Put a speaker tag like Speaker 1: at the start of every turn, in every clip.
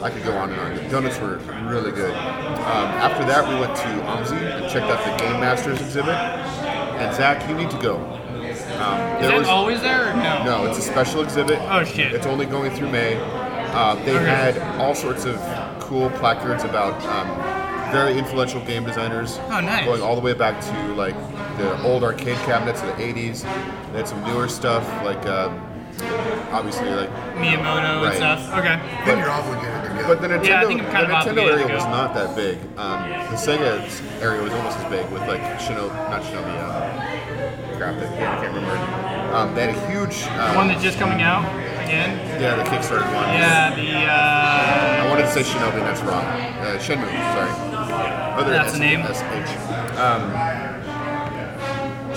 Speaker 1: I could go on and on. The donuts were really good. Um, after that, we went to Omzi and checked out the Game Masters exhibit. And Zach, you need to go. Um,
Speaker 2: Is
Speaker 1: there
Speaker 2: that
Speaker 1: was-
Speaker 2: always there or no?
Speaker 1: no, it's a special exhibit.
Speaker 2: Oh, shit.
Speaker 1: It's only going through May. Uh, they
Speaker 2: Okay.
Speaker 1: had all sorts of cool placards about um, very influential game designers.
Speaker 2: Oh, nice.
Speaker 1: Going all the way back to like the old arcade cabinets of the '80s. They had some newer stuff like um, obviously like.
Speaker 2: Miyamoto
Speaker 1: Right.
Speaker 2: and stuff. Okay.
Speaker 3: I think you're obligated to go.
Speaker 1: But the Nintendo,
Speaker 2: Yeah, I think I'm kind
Speaker 1: the
Speaker 2: of
Speaker 1: Nintendo
Speaker 2: obligated to
Speaker 1: area was
Speaker 2: go.
Speaker 1: not that big. Um, the Sega area was almost as big with like Shinobi, not Shinobi. Uh, crap, I can't remember. Um, they had a huge. Uh,
Speaker 2: The one that's just coming out again.
Speaker 1: yeah, the Kickstarter one.
Speaker 2: Yeah, the. Uh,
Speaker 1: I wanted to say Shinobi, that's wrong. Uh, Shenmue, sorry. Other
Speaker 2: That's the name.
Speaker 1: SH. Um,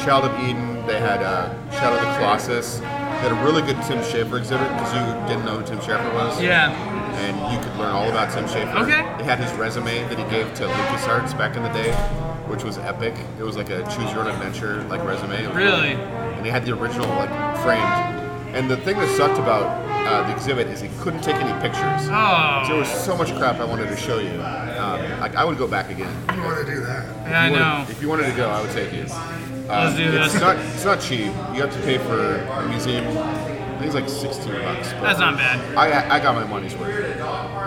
Speaker 1: Child of Eden, they had uh, Shadow of the Colossus. They had a really good Tim Schafer exhibit because you didn't know who Tim Schafer was.
Speaker 2: yeah.
Speaker 1: And you could learn all about Tim Schafer.
Speaker 2: Okay.
Speaker 1: It had his resume that he gave to LucasArts back in the day, which was epic. It was like a choose your own adventure like resume. It was
Speaker 2: Really?
Speaker 1: and they had the original like framed. And the thing that sucked about uh, the exhibit is he couldn't take any pictures.
Speaker 2: Oh.
Speaker 1: There was so much crap I wanted to show you. Um, like I would go back again.
Speaker 3: You want to do that?
Speaker 2: Yeah, I
Speaker 1: If you
Speaker 2: know.
Speaker 1: wanted- If you wanted to go, I would take you. Um,
Speaker 2: Let's do
Speaker 1: it's
Speaker 2: this.
Speaker 1: Not, it's not cheap. You have to pay for a museum. I think it's like 16 bucks. but
Speaker 2: That's not bad.
Speaker 1: I, I got my money's worth.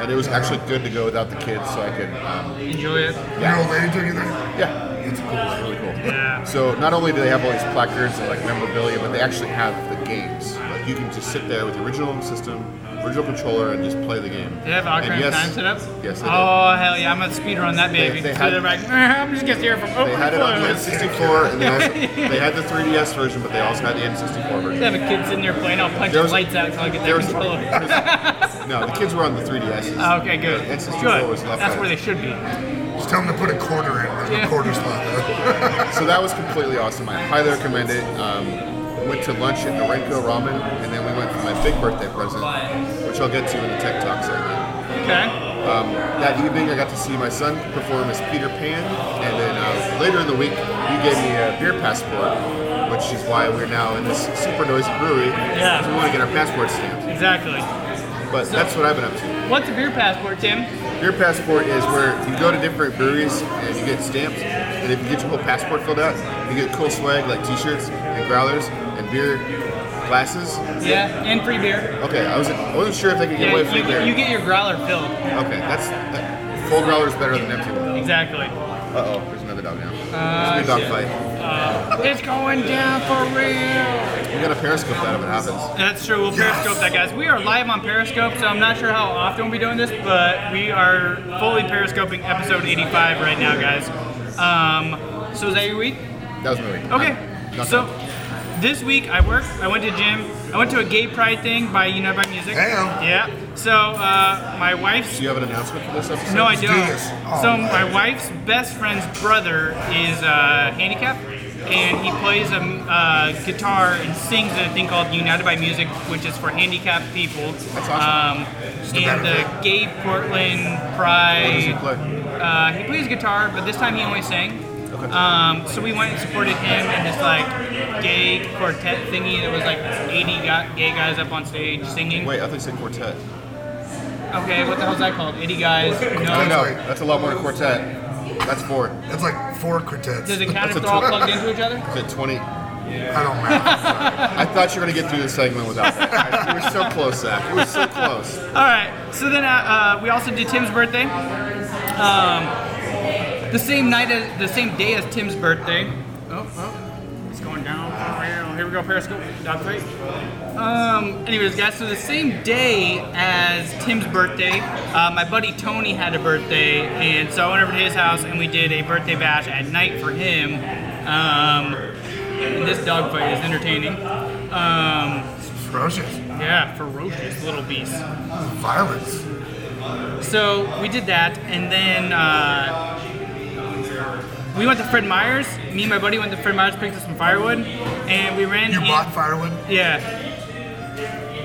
Speaker 1: And it was actually good to go without the kids so I could. Um,
Speaker 2: Enjoy it.
Speaker 1: Yeah.
Speaker 3: Your old age or anything?
Speaker 1: yeah. It's cool. It's really cool.
Speaker 2: Yeah.
Speaker 1: So not only do they have all these placards and like memorabilia, but they actually have the games. Like you can just sit there with the original system, original controller, and just play the game.
Speaker 2: Did they have
Speaker 1: And
Speaker 2: Ocarina
Speaker 1: yes,
Speaker 2: of Time set up?
Speaker 1: Yes, they did.
Speaker 2: Oh, hell yeah. I'm going to speedrun that
Speaker 1: They-
Speaker 2: baby.
Speaker 1: they
Speaker 2: So
Speaker 1: had-
Speaker 2: they're like, "Eh, I'm just going to hear from Oh,
Speaker 1: They
Speaker 2: open
Speaker 1: had it on the
Speaker 2: close.
Speaker 1: N64, and they, also, they had the 3DS version, but they also had the N64
Speaker 2: They
Speaker 1: version.
Speaker 2: have kids in there playing. I'll punch
Speaker 1: There
Speaker 2: the
Speaker 1: was-
Speaker 2: lights out until I get
Speaker 1: there
Speaker 2: their
Speaker 1: was-
Speaker 2: controller.
Speaker 1: No, the kids were on the 3DS.
Speaker 2: Oh, okay, good.
Speaker 1: The N64
Speaker 2: Good.
Speaker 1: was left
Speaker 2: That's
Speaker 1: out.
Speaker 2: where they should be.
Speaker 3: Just tell them to put a quarter in. There's
Speaker 2: Yeah.
Speaker 3: a quarter slot. though.
Speaker 1: So that was completely awesome. I highly recommend it. Um, went to lunch at Norenko Ramen, and then we went for my big birthday present, which I'll get to in the Tech Talk segment.
Speaker 2: Okay.
Speaker 1: Um, that evening, I got to see my son perform as Peter Pan, and then uh, later in the week, you gave me a beer passport, which is why we're now in this super noisy brewery.
Speaker 2: Yeah.
Speaker 1: because We want to get our passport stamped.
Speaker 2: Exactly.
Speaker 1: But that's what I've been up to.
Speaker 2: What's a beer passport, Tim?
Speaker 1: Beer passport is where you go to different breweries and you get stamped, and if you get your whole passport filled out, you get cool swag like T-shirts and growlers and beer glasses.
Speaker 2: Yeah, and free beer.
Speaker 1: Okay, I was I wasn't sure if they could get
Speaker 2: Yeah,
Speaker 1: away from
Speaker 2: you,
Speaker 1: beer.
Speaker 2: you get your growler filled.
Speaker 1: okay, that's that, full growlers better than empty one.
Speaker 2: Exactly.
Speaker 1: Uh oh, there's another dog now.
Speaker 2: Ah,
Speaker 1: there's a big
Speaker 2: shit.
Speaker 1: dog fight.
Speaker 2: It's going down for real.
Speaker 1: We got a periscope out of it happens.
Speaker 2: That's true. We'll Periscope that, guys. We are live on Periscope, so I'm not sure how often we'll be doing this, but we are fully Periscoping episode 85 right now, guys. Um, so is that your week?
Speaker 1: That was my week.
Speaker 2: Okay.
Speaker 1: Not
Speaker 2: So
Speaker 1: done.
Speaker 2: this week I worked. I went to gym. I went to a gay pride thing by United by Music.
Speaker 3: Damn.
Speaker 2: Yeah. So uh, my wife's
Speaker 1: do you have an announcement for this episode?
Speaker 2: No, I don't.
Speaker 3: this. Oh,
Speaker 2: so
Speaker 3: man.
Speaker 2: my wife's best friend's brother is uh, handicapped, and he plays a m- uh, guitar and sings at a thing called United by Music, which is for handicapped people.
Speaker 1: That's awesome.
Speaker 2: Um,
Speaker 3: the
Speaker 2: and
Speaker 3: better
Speaker 2: the Gay Portland
Speaker 1: What does he
Speaker 2: Pride.
Speaker 1: play?
Speaker 2: Uh, he plays guitar, but this time he only sang.
Speaker 1: Okay.
Speaker 2: Um, so we went and supported him in this like gay quartet thingy that was like 80 gu- gay guys up on stage singing.
Speaker 1: Wait, I thought you said quartet.
Speaker 2: Okay, what the hell's that called? 80 guys?
Speaker 1: I
Speaker 2: No.
Speaker 1: know.
Speaker 3: right.
Speaker 1: That's a lot more than quartet. That's four.
Speaker 3: That's like four quartets.
Speaker 2: Does it
Speaker 3: I
Speaker 2: count if
Speaker 1: That's a
Speaker 2: they're all
Speaker 1: tw-
Speaker 2: plugged into each other?
Speaker 1: Is it 20?
Speaker 3: don't know.
Speaker 1: I thought you were going to get through this segment without that. You were so close, Zach. You were so close.
Speaker 2: All right. So then uh, uh, we also did Tim's birthday. Um, the same night, as, the same day as Tim's birthday. Oh, oh, it's going down. Here we go, Periscope. Dog fight. Um, anyways, guys. So the same day as Tim's birthday, uh, my buddy Tony had a birthday, and so I went over to his house and we did a birthday bash at night for him. Um, and this dog fight is entertaining. Um,
Speaker 3: ferocious.
Speaker 2: Yeah, ferocious little beast.
Speaker 3: Violence.
Speaker 2: So we did that, and then uh, we went to Fred Meyer's. Me and my buddy went to Fred Meyer's, picked up some firewood, and we ran.
Speaker 3: You
Speaker 2: in-
Speaker 3: bought firewood?
Speaker 2: Yeah,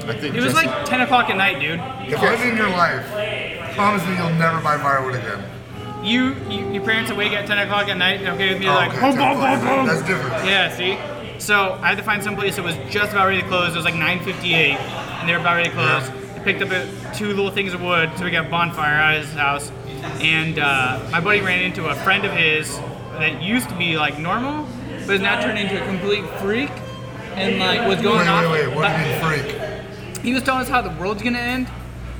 Speaker 1: I think
Speaker 2: it was
Speaker 1: Jesse-
Speaker 2: like 10 o'clock at night, dude.
Speaker 3: If I live in your life, promise me you'll never buy firewood again.
Speaker 2: You, you your parents awake at 10 o'clock at night, okay with me?
Speaker 3: Oh,
Speaker 2: like,
Speaker 3: okay,
Speaker 2: boom, boom, boom,
Speaker 3: 10 o'clock.
Speaker 2: boom.
Speaker 3: That's different.
Speaker 2: Yeah, see. So I had to find someplace that was just about ready to close. It was like 9:58, and they were about ready to close. I picked up uh, two little things of wood, so we got bonfire out of his house. And uh, my buddy ran into a friend of his that used to be like normal, but has now turned into a complete freak. And like was going
Speaker 3: Wait,
Speaker 2: off.
Speaker 3: wait, wait. What do
Speaker 2: but
Speaker 3: you mean freak?
Speaker 2: he was telling us how the world's gonna end,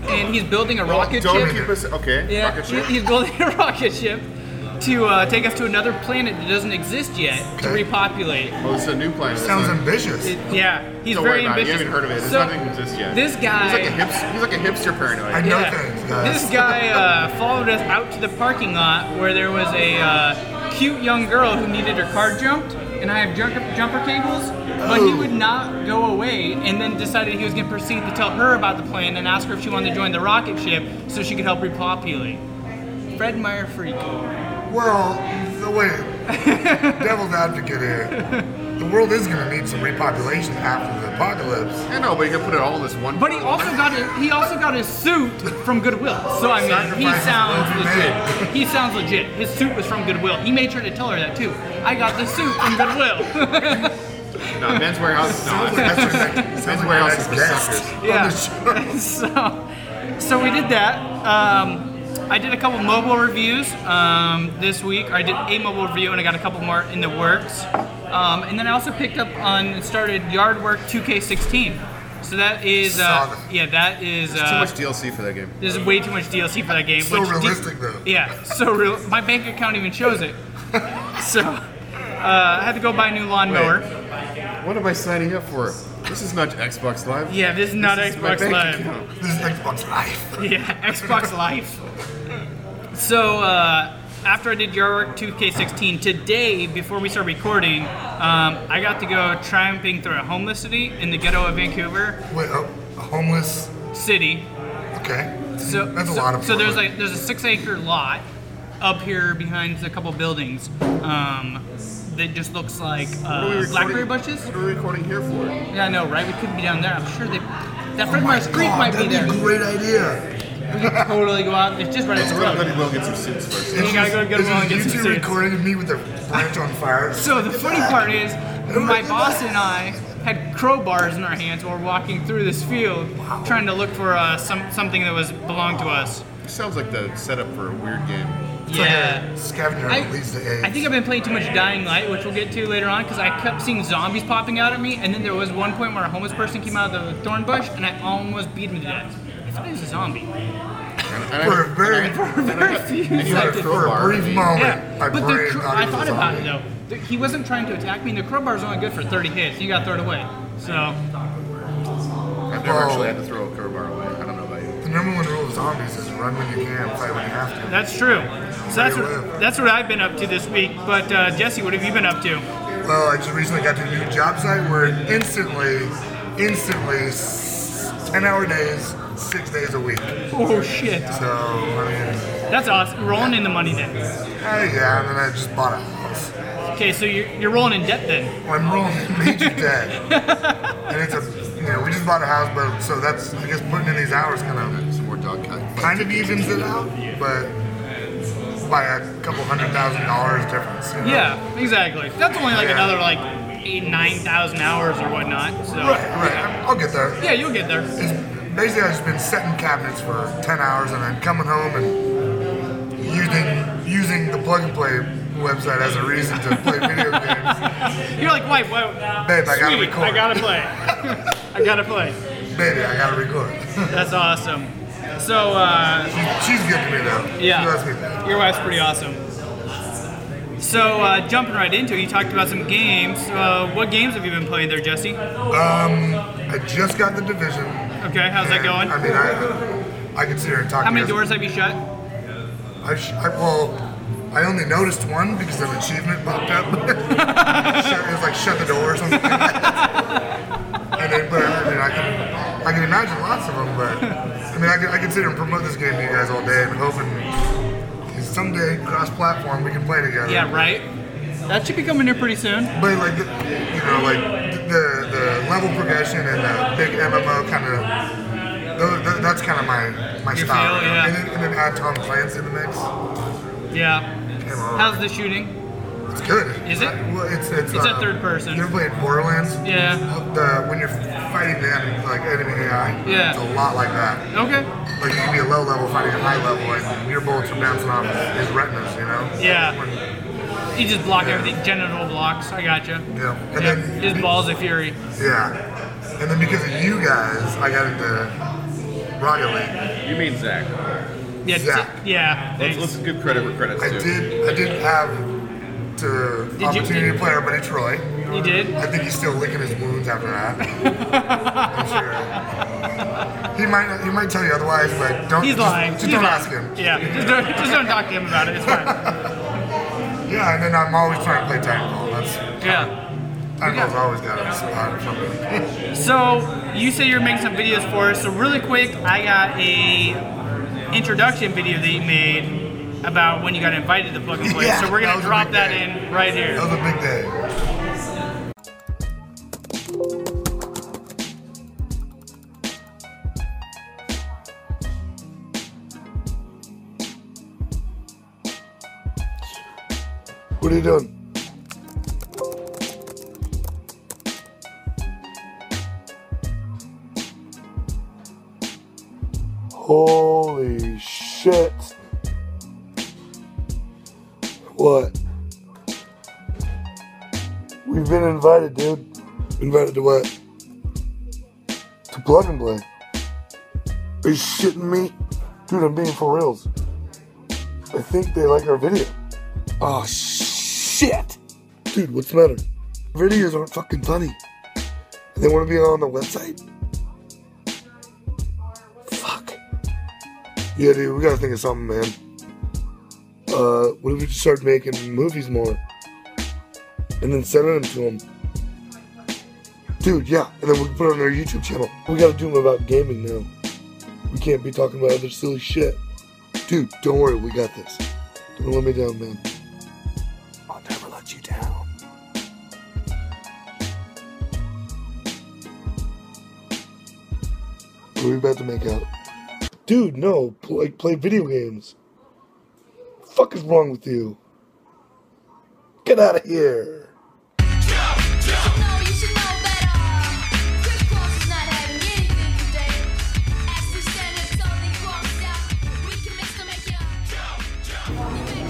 Speaker 2: and he's building a
Speaker 1: Well,
Speaker 2: rocket
Speaker 1: don't
Speaker 2: ship.
Speaker 1: keep us- okay.
Speaker 2: Yeah,
Speaker 1: rocket
Speaker 2: he-
Speaker 1: ship.
Speaker 2: he's building a rocket ship to uh, take us to another planet that doesn't exist yet to
Speaker 3: Okay.
Speaker 2: repopulate.
Speaker 1: Well, Oh, it's a new planet. It's
Speaker 3: Sounds
Speaker 1: not-
Speaker 3: ambitious.
Speaker 2: It- yeah, he's
Speaker 1: Don't
Speaker 2: very
Speaker 1: worry about it. You haven't
Speaker 2: ambitious.
Speaker 1: heard of it. There's
Speaker 2: So,
Speaker 1: nothing exists yet.
Speaker 2: This guy.
Speaker 1: He's like a hipster. He's like a hipster paranoid.
Speaker 3: I know
Speaker 2: yeah.
Speaker 3: things, guys.
Speaker 2: This guy uh, followed us out to the parking lot where there was a uh, cute young girl who needed her car jumped, and I have jumper, jumper cables, but he
Speaker 3: Oh.
Speaker 2: would not go away, and then decided he was going to proceed to tell her about the plan and ask her if she wanted to join the rocket ship so she could help repopulate. Fred Meyer freak.
Speaker 3: Well, so wait. Devil's advocate here. The world is going to need some repopulation after the apocalypse.
Speaker 1: I know, but you can put it all in this one.
Speaker 2: But he also got his, he also got his suit from Goodwill. So I mean, he
Speaker 3: Sacrifices
Speaker 2: sounds
Speaker 3: will be
Speaker 2: legit. He sounds legit. His suit was from Goodwill. He made sure to tell her that too. I got the suit from Goodwill.
Speaker 1: no, men's warehouse is
Speaker 3: Sounds
Speaker 1: not.
Speaker 3: like that's your next,
Speaker 1: Men's
Speaker 3: sounds like
Speaker 1: warehouse is
Speaker 3: your
Speaker 1: for
Speaker 3: next guest
Speaker 1: suckers.
Speaker 3: on
Speaker 2: yeah.
Speaker 3: the show.
Speaker 2: so, so we did that. Um, I did a couple mobile reviews um, this week. I did a mobile review and I got a couple more in the works. Um, and then I also picked up on and started Yard Work 2K16. So that is
Speaker 3: Saw
Speaker 2: uh,
Speaker 3: that.
Speaker 2: yeah, that is
Speaker 1: Too
Speaker 2: uh,
Speaker 1: much DLC for that game.
Speaker 2: There's way too much DLC for that game.
Speaker 3: So
Speaker 2: which D-
Speaker 3: realistic, though.
Speaker 2: Yeah, so real. My bank account even shows it. So uh, I had to go buy a new lawnmower.
Speaker 1: What am I signing up for? This is not Xbox Live.
Speaker 2: Yeah, this is not
Speaker 1: This is my
Speaker 2: Xbox
Speaker 1: bank
Speaker 2: Live.
Speaker 1: account.
Speaker 3: This is Xbox Live.
Speaker 2: Yeah, Xbox Live. So uh, after I did Yard Work 2K16 today, before we start recording, um, I got to go triumphing through a homeless city in the ghetto of Vancouver
Speaker 3: Wait, oh, a homeless.
Speaker 2: City.
Speaker 3: Okay.
Speaker 2: So
Speaker 3: that's a
Speaker 2: so-
Speaker 3: lot of.
Speaker 2: So there's
Speaker 3: Portland.
Speaker 2: like there's a six acre lot up here behind a couple buildings um, that just looks like
Speaker 1: What are we
Speaker 2: uh,
Speaker 1: recording-
Speaker 2: blackberry bushes.
Speaker 1: What are we recording here for?
Speaker 2: Yeah, I know, right? We could be down there. I'm sure they. That Fred
Speaker 3: Oh my
Speaker 2: Meyer's Creek
Speaker 3: God,
Speaker 2: might be
Speaker 3: that'd
Speaker 2: there.
Speaker 3: a great idea.
Speaker 2: We could totally go out. It's just right at the
Speaker 1: We're
Speaker 2: road.
Speaker 1: gonna go get some suits first.
Speaker 2: You gotta go to
Speaker 3: This is
Speaker 2: Goodwill and get some
Speaker 3: YouTube
Speaker 2: suits.
Speaker 3: recording me with the branch on fire.
Speaker 2: So the funny part is, my boss and I had crowbars in our hands while walking through this field, trying to look for uh, some something that was belonged to us.
Speaker 1: Sounds like the setup for a weird game.
Speaker 3: It's like
Speaker 2: Yeah.
Speaker 3: a scavenger
Speaker 2: I,
Speaker 3: that leads to AIDS.
Speaker 2: I think I've been playing too much Dying Light, which we'll get to later on, because I kept seeing zombies popping out at me, and then there was one point where a homeless person came out of the thorn bush, and I almost beat him to death. I thought he was a zombie.
Speaker 3: Oh,
Speaker 1: And I-
Speaker 3: for a very,
Speaker 2: Very few
Speaker 1: and you had a
Speaker 2: seconds.
Speaker 3: for a
Speaker 1: crowbar.
Speaker 3: brief moment,
Speaker 2: Yeah,
Speaker 3: my
Speaker 2: but the
Speaker 3: brain
Speaker 2: cr-
Speaker 3: thought
Speaker 2: I
Speaker 3: it was
Speaker 2: thought
Speaker 3: a
Speaker 2: about it
Speaker 3: zombie.
Speaker 2: though. Th- He wasn't trying to attack me, and the crowbar's only good for 30 hits. You got to throw it away. So
Speaker 1: I've never actually had to throw a crowbar away. I don't know about you.
Speaker 3: The number one rule of zombies is run when you can, fight when you have to.
Speaker 2: That's true. So that's what,
Speaker 3: Right.
Speaker 2: that's what I've been up to this week. But uh, Jesse, what have you been up to?
Speaker 3: Well, I just recently got to a new job site where instantly, instantly, s- 10 hour days, six days a week.
Speaker 2: Oh shit,
Speaker 3: So, I mean,
Speaker 2: that's awesome. Rolling in the money then.
Speaker 3: I, yeah, and then I just bought a house.
Speaker 2: Okay, so you're, you're rolling in debt then.
Speaker 3: Well, I'm rolling in major debt. and it's a, you know, we just bought a house, but so that's, I guess, putting in these hours kind of
Speaker 1: Some more dog cat.
Speaker 3: kind of evens it out, but by a couple hundred thousand dollars difference. You know?
Speaker 2: Yeah, exactly. That's only like
Speaker 3: Yeah.
Speaker 2: another like eight nine thousand hours or whatnot. So
Speaker 3: Right, right. I'll get there.
Speaker 2: yeah, you'll get there.
Speaker 3: It's, basically, I've just been setting cabinets for 10 hours and then coming home and using using the plug and play website as a reason to play video games.
Speaker 2: You're like, wait, wait,
Speaker 3: Babe, I gotta
Speaker 2: sweet,
Speaker 3: record.
Speaker 2: I gotta play. I gotta play.
Speaker 3: Baby, I gotta record.
Speaker 2: That's awesome. So uh,
Speaker 3: She's good to me though.
Speaker 2: Yeah.
Speaker 3: She loves me though.
Speaker 2: Your wife's pretty awesome. So, uh, jumping right into it, you talked about some games. Uh, what games have you been playing there, Jesse?
Speaker 3: I just got the division.
Speaker 2: Okay, how's that
Speaker 3: and,
Speaker 2: going?
Speaker 3: I mean, I I could sit here and talk.
Speaker 2: How
Speaker 3: to
Speaker 2: many
Speaker 3: you
Speaker 2: doors
Speaker 3: guys-
Speaker 2: have you shut?
Speaker 3: I, sh- I well, I only noticed one because an achievement popped up. shut, it was like shut the door or something. and then, but I mean, mean, I can, I can imagine lots of them, but I mean, I could, I could sit here and promote this game to you guys all day and hoping someday cross-platform we can play together.
Speaker 2: Yeah, right? That should be coming here pretty soon.
Speaker 3: But like, the, you know, like the the level progression and the big MMO kind of. tho- tho- That's kind of my my
Speaker 2: Your
Speaker 3: style.
Speaker 2: feel, yeah.
Speaker 3: And then, and then add Tom Clancy in the mix.
Speaker 2: Yeah.
Speaker 3: Come on.
Speaker 2: How's the shooting?
Speaker 3: It's good.
Speaker 2: Is it?
Speaker 3: Uh, well, it's it's.
Speaker 2: It's
Speaker 3: uh,
Speaker 2: a third person.
Speaker 3: You ever played Borderlands?
Speaker 2: Yeah.
Speaker 3: The when you're fighting the enemy, like enemy AI.
Speaker 2: Yeah.
Speaker 3: It's a lot like that.
Speaker 2: Okay.
Speaker 3: Like you can be a low level fighting a high level, and your bullets are bouncing off his retinas. You know.
Speaker 2: Yeah.
Speaker 3: When-
Speaker 2: You just block everything. Genital blocks. I gotcha.
Speaker 3: yeah. And
Speaker 2: Yeah.
Speaker 3: then
Speaker 2: His balls of fury.
Speaker 3: Yeah. And then because of you guys, I got into Rocket League.
Speaker 1: You mean Zach?
Speaker 2: Yeah. t-
Speaker 3: Zach.
Speaker 2: yeah.
Speaker 1: Let's,
Speaker 2: thanks.
Speaker 1: let's give credit where credit's
Speaker 3: I
Speaker 1: due.
Speaker 3: did I did have the
Speaker 2: you-
Speaker 3: opportunity
Speaker 2: did-
Speaker 3: to play our buddy Troy.
Speaker 2: You did?
Speaker 3: I think he's still licking his wounds after that. I'm sure. He might he might tell you otherwise, but don't
Speaker 2: He's
Speaker 3: just,
Speaker 2: lying.
Speaker 3: just
Speaker 2: He's
Speaker 3: don't
Speaker 2: lying.
Speaker 3: ask him.
Speaker 2: Yeah. Just don't, just don't talk to him about it. It's fine.
Speaker 3: Yeah, and then I'm always trying to play Titanfall. That's
Speaker 2: Yeah.
Speaker 3: Titanfall's always got uh, a spot or something.
Speaker 2: So you say you're making some videos for us. So really quick, I got a introduction video that you made about when you got invited to Plug and Play.
Speaker 3: Yeah,
Speaker 2: so we're gonna
Speaker 3: that was a
Speaker 2: drop
Speaker 3: big
Speaker 2: that
Speaker 3: day.
Speaker 2: in right here.
Speaker 3: That was a big day. What are you doing? Holy shit. What? We've been invited, dude. Invited to what? To plug and play. Are you shitting me? Dude, I'm being for reals. I think they like our video. Oh shit! Dude, what's the matter? Videos aren't fucking funny. They want to be on the website. Fuck. Yeah, dude, we gotta think of something, man. Uh, what if we just start making movies more, and then sending them to them? Dude, yeah, and then we can put it on our YouTube channel. We gotta do them about gaming now. We can't be talking about other silly shit. Dude, don't worry, we got this. Don't let me down, man. I'll never let you down. Are we about to make out? Dude, no. pl- Like, play video games. Fuck is wrong with you? Get out of here.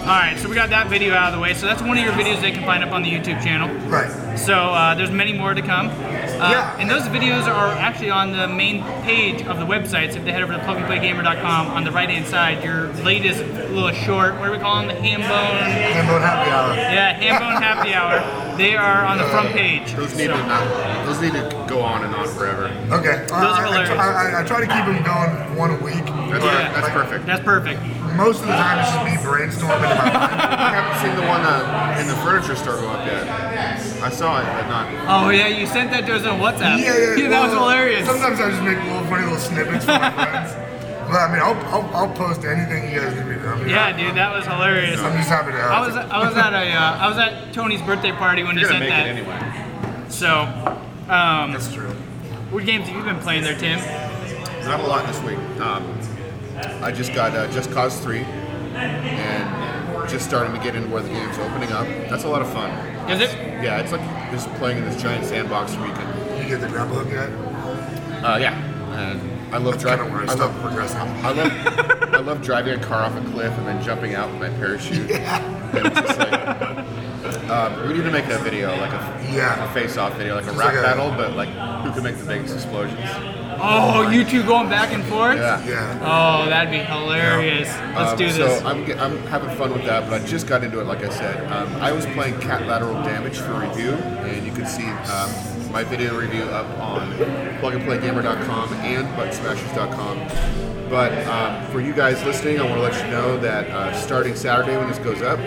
Speaker 2: All right, so we got that video out of the way. So that's one of your videos they can find up on the YouTube channel.
Speaker 3: Right.
Speaker 2: So uh, there's many more to come. Uh,
Speaker 3: Yeah.
Speaker 2: And those videos are actually on the main page of the website. So if they head over to plugandplaygamer.com, on the right hand side, your latest little short, what do we call them? The Hambone.
Speaker 3: And on happy hour.
Speaker 2: Yeah, Hambone Happy Hour. They are on the front page.
Speaker 1: Those need to not. Those need to go on and on forever.
Speaker 3: Okay. I,
Speaker 2: are
Speaker 3: I, I,
Speaker 2: hilarious.
Speaker 3: I, I, I try to keep them going one a week.
Speaker 1: That's,
Speaker 2: Yeah.
Speaker 1: that's perfect.
Speaker 2: That's perfect.
Speaker 3: Most of the time, it's just me brainstorming about
Speaker 1: I haven't seen the one uh, in the furniture store go up yet. I saw it, but not.
Speaker 2: Oh, yeah, you sent that to us on WhatsApp.
Speaker 3: Yeah, yeah.
Speaker 2: that was
Speaker 3: well,
Speaker 2: hilarious.
Speaker 3: Sometimes I just make little funny little snippets for my friends. But I mean, I'll, I'll, I'll post anything you guys give me. I mean,
Speaker 2: Yeah, dude, that was hilarious.
Speaker 3: I'm just happy to have
Speaker 2: I was I was at a uh, I was at Tony's birthday party when you
Speaker 1: You're gonna
Speaker 2: sent
Speaker 1: make it
Speaker 2: that.
Speaker 1: anyway.
Speaker 2: So, um,
Speaker 3: That's true.
Speaker 2: what games have you been playing there, Tim?
Speaker 1: Not a lot this week. Um, I just got uh, Just Cause Three, and just starting to get into where the game's opening up. That's a lot of fun.
Speaker 2: Is it?
Speaker 1: Yeah, it's like just playing in this giant sandbox where you can.
Speaker 3: You get the grapple hook yet?
Speaker 1: Uh, yeah, and I love
Speaker 3: That's kind
Speaker 1: driving.
Speaker 3: of where I
Speaker 1: I
Speaker 3: stopped
Speaker 1: love,
Speaker 3: progressing.
Speaker 1: I love, I love driving a car off a cliff and then jumping out with my parachute. It's just like, um, we need to make a video, like a,
Speaker 3: Yeah.
Speaker 1: a face-off video, like a
Speaker 3: Just
Speaker 1: rap
Speaker 3: like a-
Speaker 1: battle, but like who can make the biggest explosions?
Speaker 2: Oh, you two going back and forth?
Speaker 1: Yeah.
Speaker 3: Yeah.
Speaker 2: Oh, that'd be hilarious. Let's
Speaker 1: Um,
Speaker 2: do this.
Speaker 1: So I'm, ge- I'm having fun with that, but I just got into it. Like I said, um, I was playing Cat Lateral Damage for review, and you can see um, my video review up on plugandplaygamer.com and buttsmashers.com. But um, for you guys listening, I want to let you know that uh, starting Saturday when this goes up,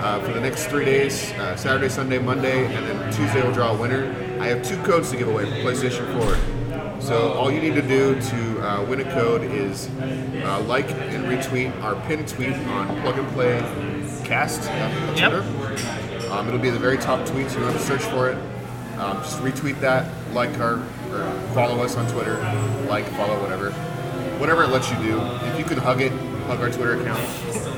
Speaker 1: uh, for the next three days, uh, Saturday, Sunday, Monday, and then Tuesday we'll draw a winner. I have two codes to give away for PlayStation 4. So all you need to do to uh, win a code is uh, like and retweet our pinned tweet on Plug and Play Cast uh, on
Speaker 2: Yep.
Speaker 1: Twitter. Um, it'll be the very top tweet, so you don't have to search for it. Um, just retweet that, like our, or follow us on Twitter, like, follow, whatever. Whatever it lets you do. If you can hug it, hug our Twitter account.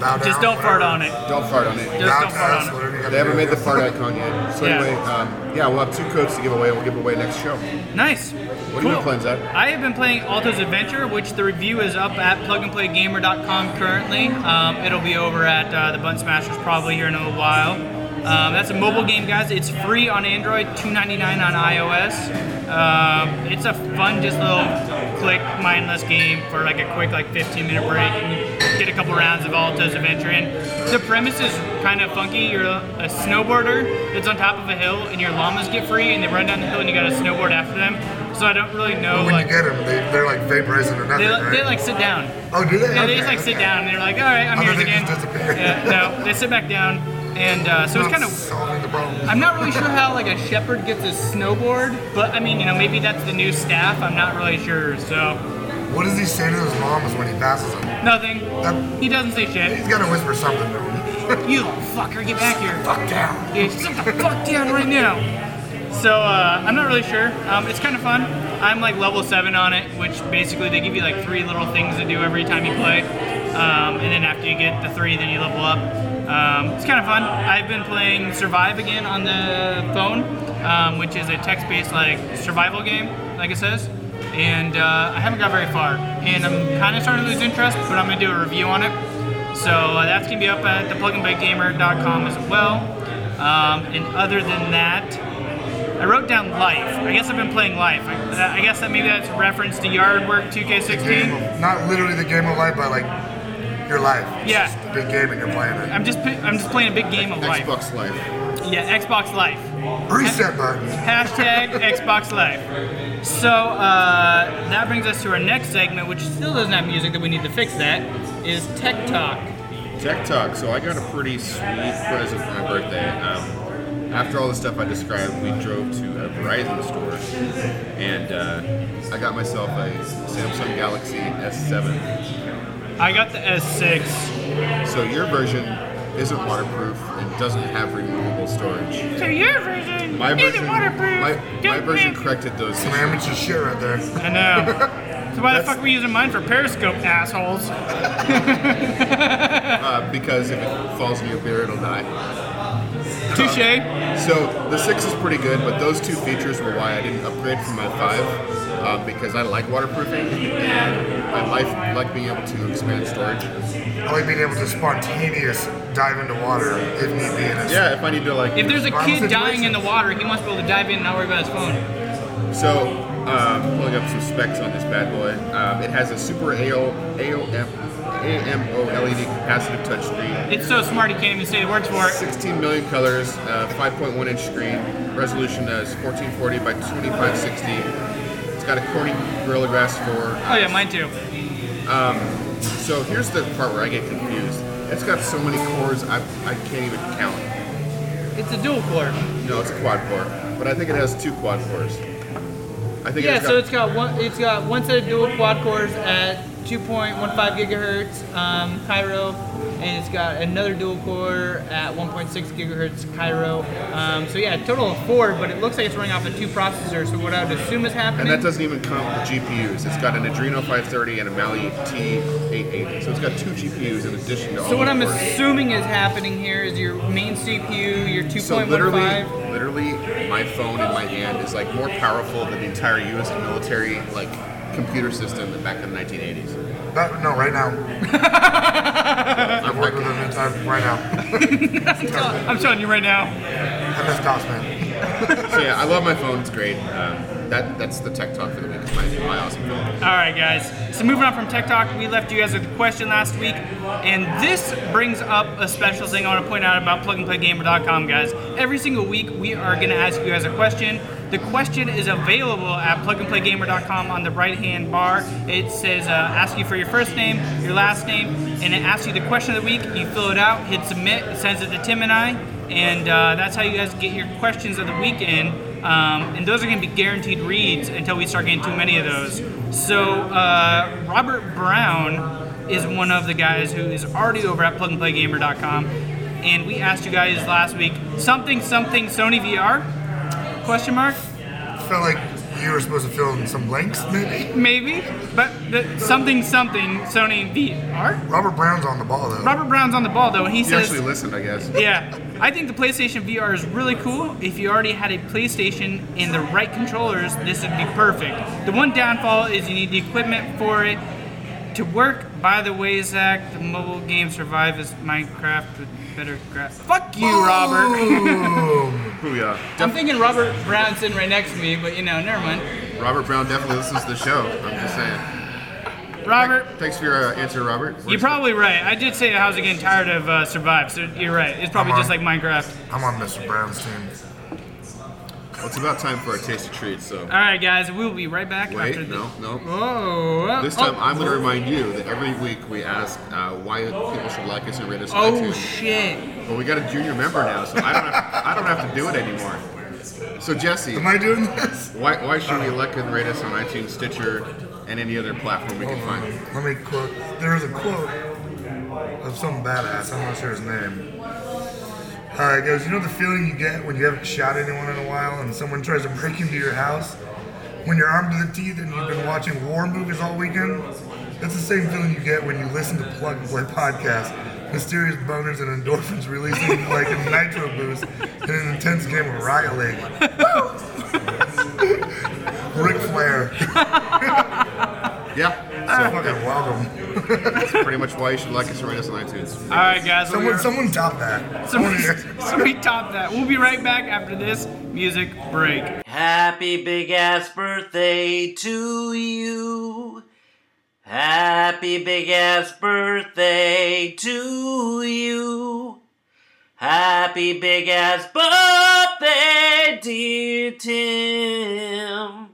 Speaker 3: Bow down,
Speaker 2: Just don't fart
Speaker 3: whatever.
Speaker 2: on it.
Speaker 1: Don't fart on it.
Speaker 2: Just
Speaker 3: Bow
Speaker 2: don't
Speaker 3: to
Speaker 2: fart
Speaker 3: us,
Speaker 2: on it.
Speaker 3: whatever you gotta
Speaker 1: They haven't
Speaker 3: do.
Speaker 1: made the fart icon yet. So
Speaker 2: Yeah.
Speaker 1: anyway, um, yeah, we'll have two codes to give away. and We'll give away next show.
Speaker 2: Nice.
Speaker 1: What have you been playing, Zach?
Speaker 2: I have been playing Alto's Adventure, which the review is up at plugandplaygamer.com currently. Um, it'll be over at uh, the Bun Smashers probably here in a little while. Um, that's a mobile game, guys. It's free on Android, $2.99 on iOS. Um, it's a fun, just little click, mindless game for like a quick, like 15 minute break. And get a couple rounds of Alto's Adventure in. The premise is kind of funky. You're a snowboarder that's on top of a hill, and your llamas get free, and they run down the hill, and you got to snowboard after them. So I don't really know
Speaker 3: But when
Speaker 2: like
Speaker 3: you get them, they, they're like vaporizing or nothing,
Speaker 2: they,
Speaker 3: right?
Speaker 2: they like sit down.
Speaker 3: oh, do they?
Speaker 2: Yeah, they
Speaker 3: Okay,
Speaker 2: just like sit
Speaker 3: okay.
Speaker 2: down and they're like, all right, I'm
Speaker 3: I
Speaker 2: yours
Speaker 3: thought they
Speaker 2: again.
Speaker 3: just disappeared.
Speaker 2: Yeah, no, they sit back down, and uh, so it's
Speaker 3: Not
Speaker 2: kind of.
Speaker 3: solving the problem.
Speaker 2: I'm not really sure how like a shepherd gets a snowboard, but I mean, you know, maybe that's the new staff. I'm not really sure. So
Speaker 3: What does he say to his mamas when he passes him?
Speaker 2: nothing.
Speaker 3: That-
Speaker 2: He doesn't say shit.
Speaker 3: He's gotta whisper something to him.
Speaker 2: You little fucker, get back here.
Speaker 3: Fuck down.
Speaker 2: Yeah, sit the fuck down right now. So uh, I'm not really sure. Um, it's kind of fun. I'm like level seven on it, which basically they give you like three little things to do every time you play, um, and then after you get the three, then you level up. Um, it's kind of fun. I've been playing Survive again on the phone, um, which is a text-based like survival game, like it says. And uh, I haven't got very far, and I'm kind of starting to lose interest, but I'm gonna do a review on it. So uh, that's gonna be up at theplugandplaygamer.com as well. Um, and other than that, I wrote down life. I guess I've been playing life. I, I guess that maybe that's a reference to Yard Work 2K16.
Speaker 3: Game of- not literally the game of life, but like your life. It's
Speaker 2: Yeah.
Speaker 3: just a big game and you're playing it.
Speaker 2: I'm just pi- I'm just playing a big game of life.
Speaker 1: Xbox Live.
Speaker 2: Yeah, Xbox Life.
Speaker 3: Reset button.
Speaker 2: Hashtag Xbox Live. So uh, that brings us to our next segment, which still doesn't have music that we need to fix. That is Tech Talk.
Speaker 1: Tech Talk. So I got a pretty sweet present for my birthday. Um, after all the stuff I described, we drove to a Verizon store, and uh, I got myself a Samsung Galaxy S7.
Speaker 2: I got the S6.
Speaker 1: So your version isn't waterproof and doesn't have removable storage.
Speaker 2: So your version
Speaker 1: My version,
Speaker 2: isn't waterproof.
Speaker 1: my, my
Speaker 2: Don't
Speaker 1: version
Speaker 2: think-
Speaker 1: corrected those.
Speaker 3: Some amateur shit right there.
Speaker 2: I know. So why the fuck are we using mine for Periscope, assholes?
Speaker 1: Uh, because if it falls in your beer, it'll die.
Speaker 2: Touche.
Speaker 1: So the six is pretty good, but those two features were why I didn't upgrade from my five uh, because I like waterproofing and I like like being able to expand storage.
Speaker 3: I like being able to spontaneous dive into water if need be. In a
Speaker 1: Yeah, if I need to like.
Speaker 2: If there's a
Speaker 3: Normal
Speaker 2: kid dying
Speaker 3: situation.
Speaker 2: in the water, he wants to be able to dive in and not worry about his phone.
Speaker 1: So, um, pulling up some specs on this bad boy. Um, it has a super AO, AOM, AMO LED E capacitive touchscreen,
Speaker 2: It's so smart he can't even say the words for it.
Speaker 1: 16 million colors, uh, 5.1 inch screen, resolution is 1440 by 2560. It's got a Corning Gorilla Glass 4.
Speaker 2: Oh yeah, mine too.
Speaker 1: So here's the part where I get confused. It's got so many cores I, I can't even count.
Speaker 2: It's a dual core.
Speaker 1: No, it's a quad core, but I think it has two quad cores. I think
Speaker 2: Yeah,
Speaker 1: it's got
Speaker 2: so it's got one. It's got one set of dual quad cores at 2.15 gigahertz um, Cairo, and it's got another dual core at 1.6 gigahertz Cairo. Um, so yeah, a total of four. But it looks like it's running off of two processors. So what I would assume is happening.
Speaker 1: And that doesn't even count the GPUs. It's got an Adreno 530 and a Mali T880. So it's got two GPUs in addition to all
Speaker 2: So what
Speaker 1: the
Speaker 2: I'm
Speaker 1: cores.
Speaker 2: assuming is happening here is your main CPU, your 2.15.
Speaker 1: So literally, literally, my phone in my hand is like more powerful than the entire U.S. military like computer system back in the 1980s.
Speaker 3: That, no, right now. I'm working with him in time right now.
Speaker 2: I'm telling you right now.
Speaker 3: I miss DOS, man.
Speaker 1: So yeah, I love my phone. It's great. Um, that that's the tech talk for the week. It's my, my awesome phone.
Speaker 2: All right, guys. So moving on from Tech Talk, we left you guys with a question last week, and this brings up a special thing I want to point out about PlugAndPlayGamer.com, guys. Every single week, we are going to ask you guys a question. The question is available at PlugAndPlayGamer.com on the right-hand bar. It says uh, ask you for your first name, your last name, and it asks you the question of the week. You fill it out, hit submit, it sends it to Tim and I, and uh, that's how you guys get your questions of the week in. Um, and those are going to be guaranteed reads until we start getting too many of those. So uh, Robert Brown is one of the guys who is already over at plugandplaygamer.com, and we asked you guys last week something something Sony VR question mark
Speaker 3: felt like you were supposed to fill in some blanks, maybe.
Speaker 2: maybe, but the, something something Sony VR.
Speaker 3: Robert Brown's on the ball though.
Speaker 2: Robert Brown's on the ball though, and he
Speaker 1: You
Speaker 2: says
Speaker 1: actually listened, I guess.
Speaker 2: Yeah, I think the PlayStation VR is really cool. If you already had a PlayStation and the right controllers, this would be perfect. The one downfall is you need the equipment for it to work. By the way, Zach, the mobile game Survive is Minecraft with better graphics. Fuck you, Robert.
Speaker 1: Oh!
Speaker 3: Boom.
Speaker 1: Booyah.
Speaker 2: I'm thinking Robert Brown's sitting right next to me, but you know, never mind.
Speaker 1: Robert Brown definitely listens to the show. I'm just saying.
Speaker 2: Robert,
Speaker 1: Thanks for your uh, answer, Robert.
Speaker 2: you're probably right. I did say I was getting tired of uh, Survive, so you're right. It's probably just
Speaker 1: Uh-huh.
Speaker 2: like Minecraft.
Speaker 3: I'm on Mr. Brown's team.
Speaker 1: Well, it's about time for our tasty treat, so.
Speaker 2: All right, guys, we'll be right back after
Speaker 1: Wait,
Speaker 2: Uh, the-
Speaker 1: no, no.
Speaker 2: Oh,
Speaker 1: This
Speaker 2: oh.
Speaker 1: time I'm going to remind you that every week we ask uh, why people should like us and rate us on
Speaker 2: Oh
Speaker 1: iTunes.
Speaker 2: shit.
Speaker 1: Well, we got a junior member now, so I don't have, I don't have to do it anymore. So Jesse,
Speaker 3: Am I doing this?
Speaker 1: why, why should we like and rate us on iTunes, Stitcher, and any other platform we can find?
Speaker 3: Let me quote. There is a quote of some badass. I'm not sure his name. Uh, it goes, you know the feeling you get when you haven't shot anyone in a while and someone tries to break into your house? When you're armed to the teeth and you've been watching war movies all weekend? That's the same feeling you get when you listen to Plug and Play podcasts. Mysterious boners and endorphins releasing like a nitro boost in an intense game of Riot League. Ric Flair.
Speaker 1: Yeah,
Speaker 3: Fucking welcome.
Speaker 1: that's pretty much why you should like us and rate us on iTunes.
Speaker 2: All right, guys. well, we're-
Speaker 3: Someone, someone Oh, top that.
Speaker 2: Somebody,
Speaker 3: Someone-
Speaker 2: somebody top that. We'll be right back after this music break.
Speaker 4: Happy big ass birthday to you. Happy big ass birthday to you. Happy big ass birthday, dear Tim.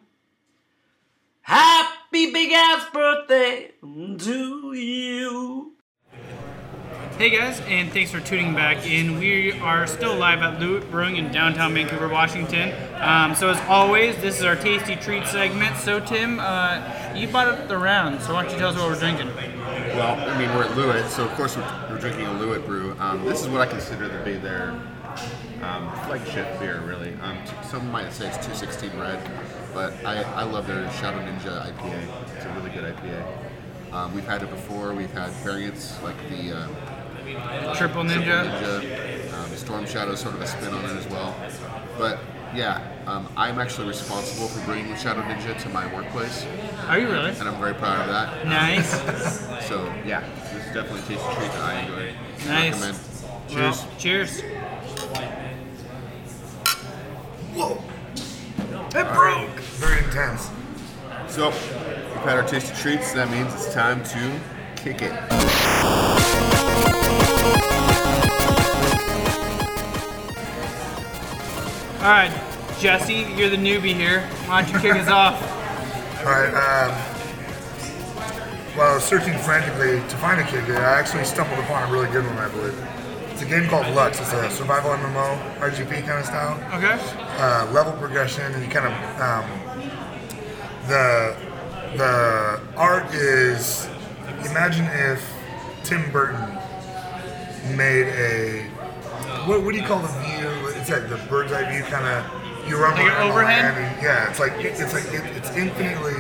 Speaker 4: Happy big ass birthday to you.
Speaker 2: Hey guys, and thanks for tuning back in. We are still live at Lewitt Brewing in downtown Vancouver, Washington. Um, so as always, this is our tasty treat segment. So Tim, uh, you bought up the round, so why don't you tell us what we're drinking?
Speaker 1: Well, I mean we're at Lewitt, so of course we're, we're drinking a Lewitt brew. Um, this is what I consider to be their um, flagship beer, really. Um, t- some might say it's 216 Red, but I, I love their Shadow Ninja IPA. It's a really good IPA. Um, we've had it before. We've had variants like the. Um,
Speaker 2: Triple Ninja.
Speaker 1: Ninja. Um, Storm Shadow sort of a spin on it as well. But yeah, um, I'm actually responsible for bringing Shadow Ninja to my workplace,
Speaker 2: Are you really?
Speaker 1: and I'm very proud of that.
Speaker 2: Nice.
Speaker 1: So yeah, this is definitely a tasty treat that I enjoy. and
Speaker 2: Nice.
Speaker 1: Recommend. Cheers.
Speaker 2: Well, cheers.
Speaker 3: Very intense.
Speaker 1: So we've had our tasty treats. That means it's time to kick it.
Speaker 2: All right, Jesse, you're the newbie here. Why don't you kick us off?
Speaker 3: All right. Um, while I was searching frantically to find a kid game, I actually stumbled upon a really good one, I believe. It's a game called Lux. It's a survival MMO, RGP kind of style.
Speaker 2: Okay.
Speaker 3: uh, level progression and you kind of um, the the art is imagine if Tim Burton made a what, what do you call the view it's like the bird's eye view kind of you run
Speaker 2: Like an
Speaker 3: around the
Speaker 2: overhead?
Speaker 3: land and- yeah it's like it's like it, it's infinitely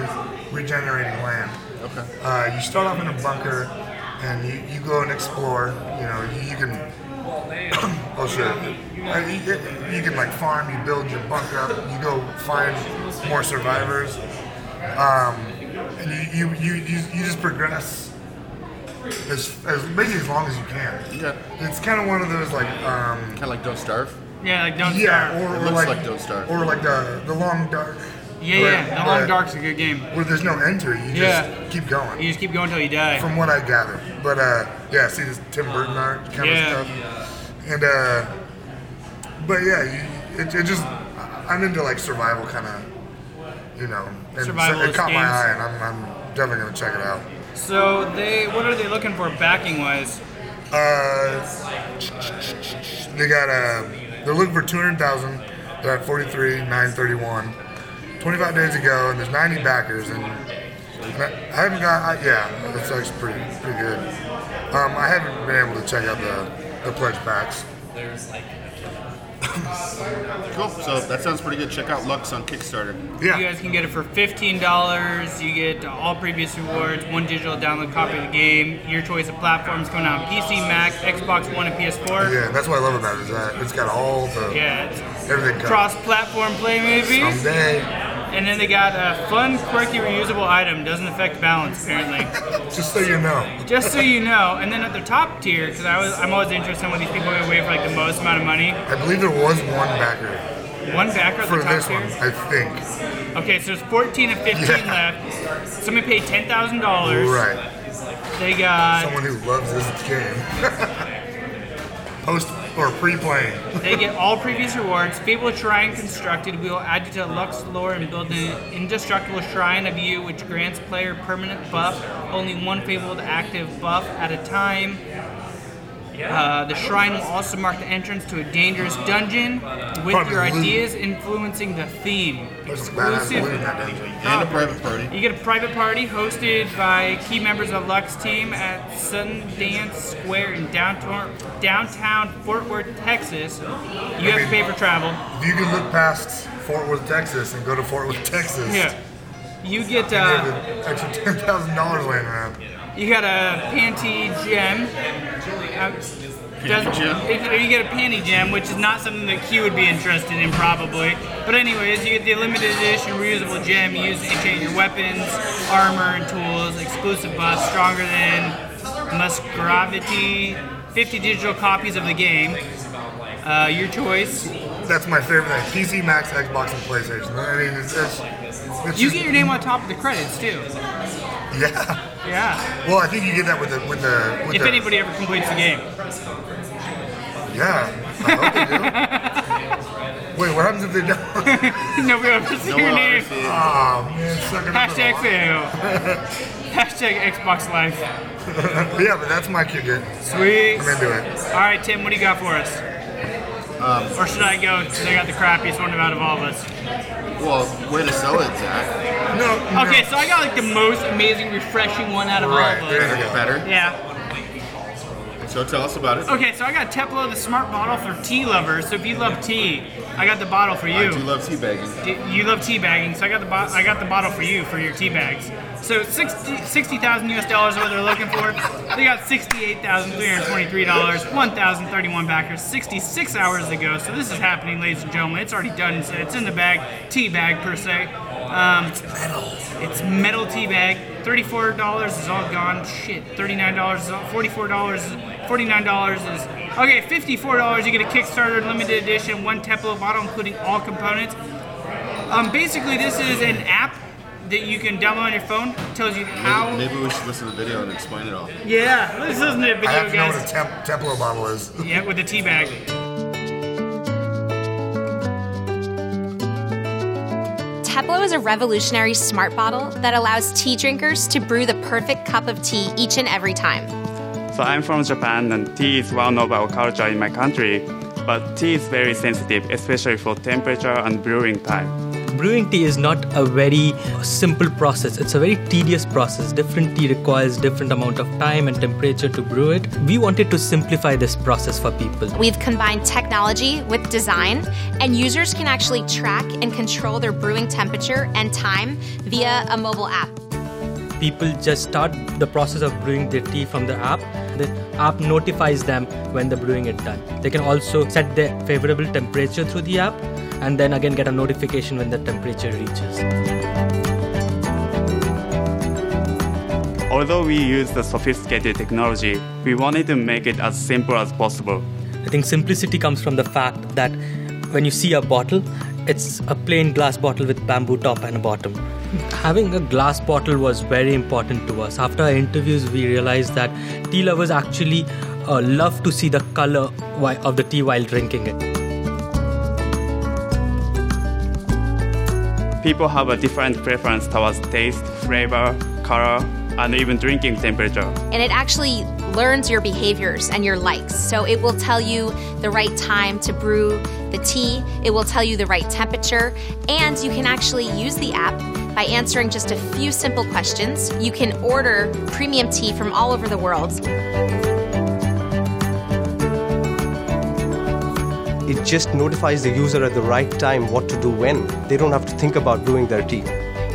Speaker 3: regenerating land
Speaker 1: Okay.
Speaker 3: uh, you start off in a bunker and you, you go and explore. You know, you, you can. oh shit. Uh, you, you- you can like farm, you build your bunker up, you go find more survivors. Um, and you, you, you, you, you just progress as, as basically as long as you can.
Speaker 1: Yeah.
Speaker 3: It's kind of one of those like. Um,
Speaker 1: Kind of like Don't Starve.
Speaker 2: Yeah, like don't
Speaker 3: yeah,
Speaker 2: start.
Speaker 1: It
Speaker 3: or, or
Speaker 1: looks
Speaker 3: like,
Speaker 1: like Don't Starve.
Speaker 3: Or like the, the long dark.
Speaker 2: Yeah,
Speaker 3: where-
Speaker 2: yeah. The Long
Speaker 3: where-
Speaker 2: Dark's a good game.
Speaker 3: Where there's no end to it, you
Speaker 2: Yeah.
Speaker 3: just keep going.
Speaker 2: You just keep going till you die.
Speaker 3: from what I gather. But uh, yeah, see this Tim Burton art kind
Speaker 2: Uh, Yeah.
Speaker 3: of stuff, and uh, but yeah, you, it, it just I'm into like survival kind of, you know, and so
Speaker 2: Survivalist
Speaker 3: it caught my
Speaker 2: games.
Speaker 3: eye, and I'm, I'm definitely gonna check it out.
Speaker 2: So they, what are they looking for backing wise?
Speaker 3: um, Uh, they got uh, they're looking for two hundred thousand. They're at 43, 931. 25 days ago, and there's 90 backers, and, and I, I haven't got. I, yeah, that's actually pretty pretty good. Um, I haven't been able to check out the the pledge packs.
Speaker 1: Cool. So that sounds pretty good. Check out Lux on Kickstarter.
Speaker 3: Yeah,
Speaker 2: You guys can get it for fifteen dollars. You get all previous rewards, one digital download copy of the game, your choice of platforms coming out on PC, Mac, Xbox One, and PS4.
Speaker 3: yeah. That's what I love about it is that it's got all the
Speaker 2: Yeah, it's
Speaker 3: everything covered.
Speaker 2: cross-platform play movies,
Speaker 3: Someday,
Speaker 2: and then they got a fun, quirky, reusable item. Doesn't affect balance apparently.
Speaker 3: just so you know.
Speaker 2: Just so you know. And then at the top tier, because I was, I'm always interested in what these people are away for like the most amount of money.
Speaker 3: I believe there was one backer
Speaker 2: One backer at
Speaker 3: for
Speaker 2: the top
Speaker 3: this
Speaker 2: tier.
Speaker 3: one, I think.
Speaker 2: Okay, so there's 14 and 15
Speaker 3: Yeah.
Speaker 2: left. Somebody paid ten thousand dollars.
Speaker 3: Right.
Speaker 2: They got
Speaker 3: Someone who loves this game. Post or pre-playing.
Speaker 2: they get all previous rewards. People shrine constructed. We will add you to Lux lore and build an indestructible shrine of you, which grants player permanent buff. Only one fabled active buff at a time. Uh, the shrine will also mark the entrance to a dangerous dungeon with
Speaker 3: Probably
Speaker 2: your
Speaker 3: loot.
Speaker 2: ideas influencing the theme.
Speaker 3: That's badass
Speaker 2: Exclusive
Speaker 3: balloon that dungeon.
Speaker 1: And a private party.
Speaker 2: You get a private party hosted by key members of Lux Team at Sundance Square in downtown, downtown Fort Worth, Texas. You have to pay for travel.
Speaker 3: If you can look past Fort Worth, Texas, and go to Fort Worth, Texas,
Speaker 2: Yeah. You get
Speaker 3: you
Speaker 2: uh,
Speaker 3: have an extra ten thousand dollars laying around.
Speaker 2: you got a panty gem. Uh, does-
Speaker 1: gem?
Speaker 2: it- or you get a panty gem, which is not something that Q would be interested in probably. But anyways, you get the limited edition reusable gem used to enchant your weapons, armor, and tools. Exclusive buff, stronger than Musgravity. 50 digital copies of the game. Uh, your choice.
Speaker 3: That's my favorite thing: PC, Max, Xbox, and PlayStation. I mean, it's, it's, it's
Speaker 2: You
Speaker 3: just-
Speaker 2: get your name on top of the credits too.
Speaker 3: Yeah.
Speaker 2: Yeah.
Speaker 3: Well, I think you get that with the with the. With
Speaker 2: If
Speaker 3: the,
Speaker 2: anybody ever completes the game.
Speaker 3: Yeah. I hope they do. Wait, what happens if they don't?
Speaker 2: Nobody ever see
Speaker 1: No
Speaker 2: your
Speaker 1: one
Speaker 2: name.
Speaker 1: obviously-
Speaker 3: Oh man, sucking up to the
Speaker 2: Hashtag fail. Hashtag Xbox Live.
Speaker 3: law. yeah, but that's my kick. It.
Speaker 2: Sweet.
Speaker 3: I'm into it.
Speaker 2: All right, Tim, what do you got for us? or should I go? Because I got the crappiest one out of all of us.
Speaker 1: Well, way to sell it, Zach.
Speaker 3: No. no.
Speaker 2: Okay, so I got like the most amazing, refreshing one out of
Speaker 3: Right.
Speaker 2: all of us.
Speaker 3: There you go.
Speaker 1: Better.
Speaker 2: Yeah.
Speaker 1: So tell us about it.
Speaker 2: Okay, so I got Teplo, the smart bottle for tea lovers. So if you love tea, I got the bottle for
Speaker 1: I
Speaker 2: you.
Speaker 1: do love teabagging.
Speaker 2: D- you love teabagging, so I got the bo- I got the bottle for you for your tea bags. So 60 60,000 US dollars is what they're looking for. They got $68,323, 1,031 backers 66 hours ago. So this is happening, ladies and gentlemen. It's already done. It's, it's in the bag, tea bag per se. Um, it's metal. It's metal tea bag. $34 is all gone. Shit. $39 is all, $44 is, $49 is Okay, $54. You get a Kickstarter limited edition, one Teplo bottle, including all components. Um, basically, this is an app that you can download on your phone. Tells you
Speaker 1: Maybe,
Speaker 2: how.
Speaker 1: maybe we should listen to the video and explain it all.
Speaker 2: Yeah, let's listen to the
Speaker 3: I
Speaker 2: video,
Speaker 3: have to know what a
Speaker 2: guys.
Speaker 3: temp, Templo bottle is.
Speaker 2: Yeah, with the tea bag.
Speaker 5: Teplo is a revolutionary smart bottle that allows tea drinkers to brew the perfect cup of tea each and every time.
Speaker 6: So I'm from Japan, and tea is one of our culture in my country. But tea is very sensitive, especially for temperature and brewing time.
Speaker 7: Brewing tea is not a very simple process. It's a very tedious process. Different tea requires different amount of time and temperature to brew it. We wanted to simplify this process for people.
Speaker 5: We've combined technology with design, and users can actually track and control their brewing temperature and time via a mobile app.
Speaker 7: People just start the process of brewing their tea from the app. The app notifies them when the brewing is done. They can also set their favorable temperature through the app and then again get a notification when the temperature reaches.
Speaker 6: Although we use the sophisticated technology, we wanted to make it as simple as possible.
Speaker 7: I think simplicity comes from the fact that when you see a bottle, it's a plain glass bottle with bamboo top and a bottom. Having a glass bottle was very important to us. After our interviews, we realized that tea lovers actually uh, love to see the color whi- of the tea while drinking it.
Speaker 6: People have a different preference towards taste, flavor, color, and even drinking temperature.
Speaker 5: and it actually learns your behaviors and your likes. So it will tell you the right time to brew the tea, it will tell you the right temperature, and you can actually use the app by answering just a few simple questions. You can order premium tea from all over the world.
Speaker 8: It just notifies the user at the right time what to do when. They don't have to think about brewing their tea.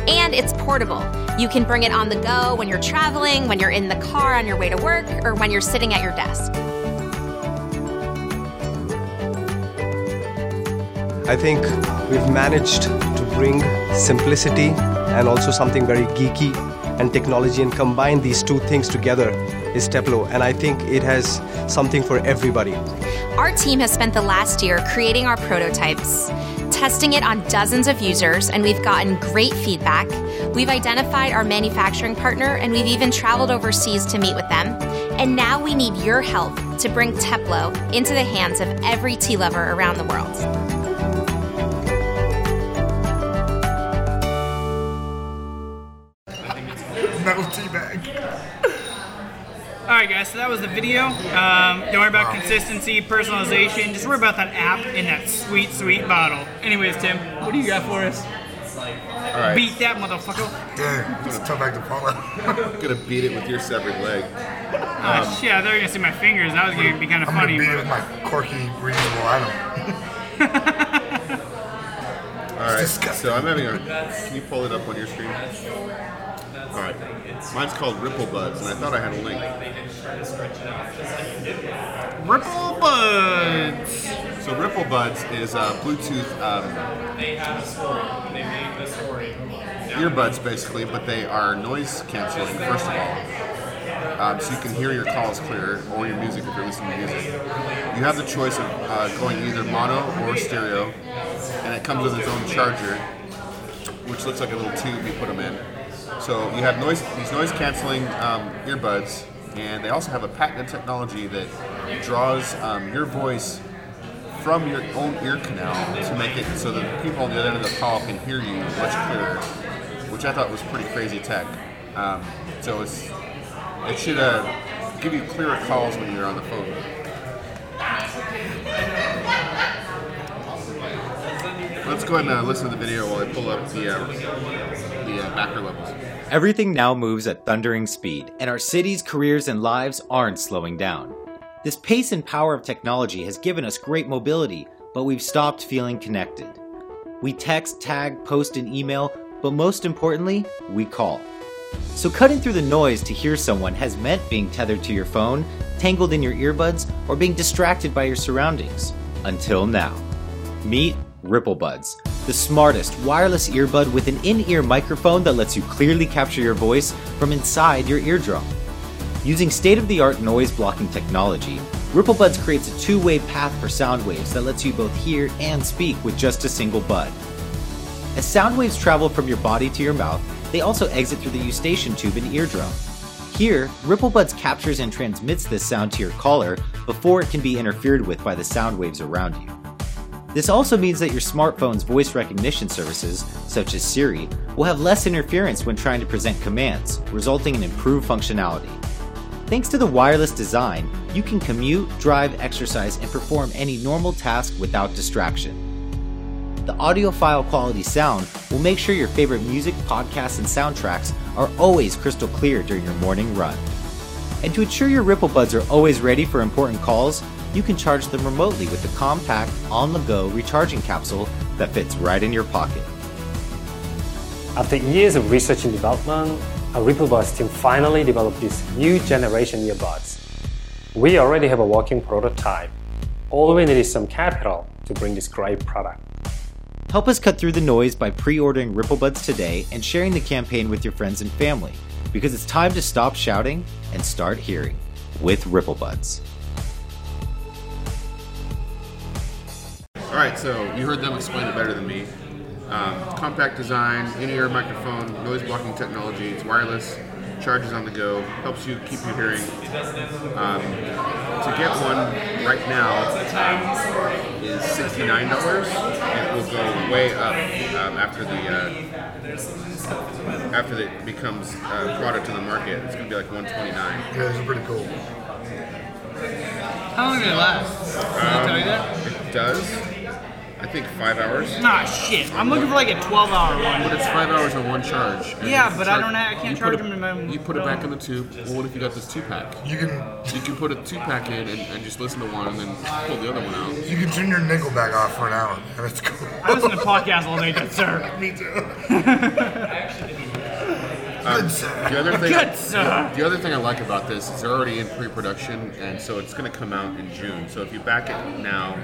Speaker 5: And it's portable. You can bring it on the go when you're traveling, when you're in the car on your way to work, or when you're sitting at your desk.
Speaker 8: I think we've managed to bring simplicity and also something very geeky and technology and combine these two things together is Teplo. And I think it has something for everybody.
Speaker 5: Our team has spent the last year creating our prototypes, testing it on dozens of users, and we've gotten great feedback. We've identified our manufacturing partner, and we've even traveled overseas to meet with them. And now we need your help to bring Teplo into the hands of every tea lover around the world.
Speaker 3: Metal tea bag.
Speaker 2: All right, guys. So that was the video. Um, don't worry about consistency, personalization. Just worry about that app in that sweet, sweet bottle. Anyways, Tim, what do you got for us?
Speaker 1: All right.
Speaker 2: Beat that motherfucker.
Speaker 3: Yeah, it's a tough act to follow.
Speaker 1: gonna beat it with your severed leg.
Speaker 2: oh shit! I thought you were gonna see my fingers. That was gonna be kind of
Speaker 3: I'm gonna
Speaker 2: funny.
Speaker 3: beat it
Speaker 2: But
Speaker 3: with my quirky, reasonable item.
Speaker 1: All right.
Speaker 3: disgusting.
Speaker 1: So I'm having a. Can you pull it up on your screen? All right. Mine's called Ripple Buds, and I thought I had a link.
Speaker 2: ripple buds.
Speaker 1: So Ripple Buds is uh, Bluetooth. Um, Earbuds, basically, but they are noise canceling. First of all, um, so you can hear your calls clearer or your music if you're listening to music. You have the choice of uh, going either mono or stereo, and it comes with its own charger, which looks like a little tube you put them in. So you have noise these noise canceling um, earbuds, and they also have a patented technology that draws um, your voice from your own ear canal to make it so that the people on the other end of the call can hear you much clearer, which I thought was pretty crazy tech. Um, so it's it should uh, give you clearer calls when you're on the phone. Let's go ahead and uh, listen to the video while I pull up the uh, the uh, macro levels.
Speaker 9: Everything now moves at thundering speed, and our cities, careers, and lives aren't slowing down. This pace and power of technology has given us great mobility, but we've stopped feeling connected. We text, tag, post, and email, but most importantly, we call. So, cutting through the noise to hear someone has meant being tethered to your phone, tangled in your earbuds, or being distracted by your surroundings. Until now. Meet Ripple Buds, the smartest wireless earbud with an in ear microphone that lets you clearly capture your voice from inside your eardrum. Using state of the art noise blocking technology, Ripple Buds creates a two way path for sound waves that lets you both hear and speak with just a single bud. As sound waves travel from your body to your mouth, they also exit through the eustachian tube and eardrum. Here, Ripple Buds captures and transmits this sound to your caller before it can be interfered with by the sound waves around you. This also means that your smartphone's voice recognition services, such as Siri, will have less interference when trying to present commands, resulting in improved functionality. Thanks to the wireless design, you can commute, drive, exercise, and perform any normal task without distraction. The audiophile quality sound will make sure your favorite music, podcasts, and soundtracks are always crystal clear during your morning run. And to ensure your Ripple Buds are always ready for important calls, you can charge them remotely with the compact, on the go recharging capsule that fits right in your pocket.
Speaker 10: After years of research and development, our RippleBuds team finally developed this new generation earbuds. We already have a working prototype. All we need is some capital to bring this great product.
Speaker 9: Help us cut through the noise by pre ordering Ripple Buds today and sharing the campaign with your friends and family because it's time to stop shouting and start hearing with Ripple Buds.
Speaker 1: All right, so you heard them explain it better than me. Um, compact design, in-ear microphone, noise blocking technology. It's wireless, charges on the go, helps you keep your hearing. Um, to get one right now is sixty-nine dollars. It will go way up um, after the uh,
Speaker 11: There's some stuff in the middle.
Speaker 1: After it becomes a product in the market, it's going to be like 129. Yeah,
Speaker 3: this is pretty cool.
Speaker 11: How long did it last? Can I tell you that?
Speaker 1: It does. I think five hours.
Speaker 2: Nah, shit. I'm looking for like a 12 hour one.
Speaker 11: But
Speaker 1: But it's five hours on one charge. and
Speaker 2: Yeah,
Speaker 11: you
Speaker 2: but I don't ha- I can't
Speaker 1: you put
Speaker 2: charge
Speaker 1: it-
Speaker 2: them in my own-
Speaker 1: You put it back
Speaker 2: no.
Speaker 1: in the tube. Well, what if you got this two pack?
Speaker 3: You can.
Speaker 1: You can put a two pack in and, and just listen to one, and then pull the other one out.
Speaker 3: You can turn your Nickelback off for an hour, and it's cool.
Speaker 2: I listen to podcasts all day, good sir.
Speaker 3: Me too.
Speaker 1: Um, The other thing,
Speaker 2: Good sir.
Speaker 1: The other thing I like about this is they're already in pre-production, and so it's going to come out in June. So if you back it now,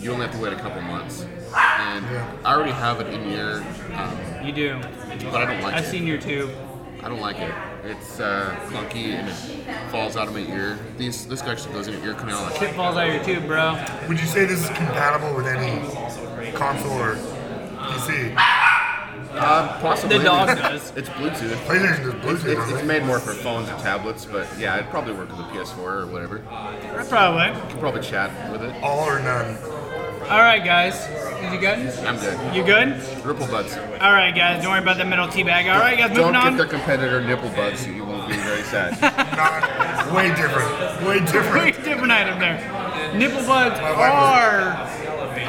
Speaker 1: you only have to wait a couple months. And I already have it in your. Um,
Speaker 2: you do.
Speaker 1: But I don't like it.
Speaker 2: I've seen your tube.
Speaker 1: I don't like it. It's uh, clunky and it falls out of my ear. These this actually goes in your ear canal.
Speaker 2: Shit falls out of your tube, bro.
Speaker 3: Would you say this is compatible with any console or PC?
Speaker 1: Uh, possibly.
Speaker 3: The dog does.
Speaker 1: It's Bluetooth.
Speaker 3: PlayStation does Bluetooth,
Speaker 1: It's,
Speaker 3: don't
Speaker 1: it's
Speaker 3: they?
Speaker 1: made more for phones and tablets, but yeah, it'd probably work with a PS4 or whatever.
Speaker 2: Probably.
Speaker 1: You could probably chat with it.
Speaker 3: All or none.
Speaker 2: All right, guys. Is you good?
Speaker 1: I'm good.
Speaker 2: You good?
Speaker 1: Ripple buds.
Speaker 2: All right, guys. Don't worry about that middle teabag. All right, guys. Moving
Speaker 1: Don't
Speaker 2: on.
Speaker 1: get the competitor nipple buds. You won't be very sad.
Speaker 3: Way different. Way
Speaker 2: Way different item there. Nipple buds are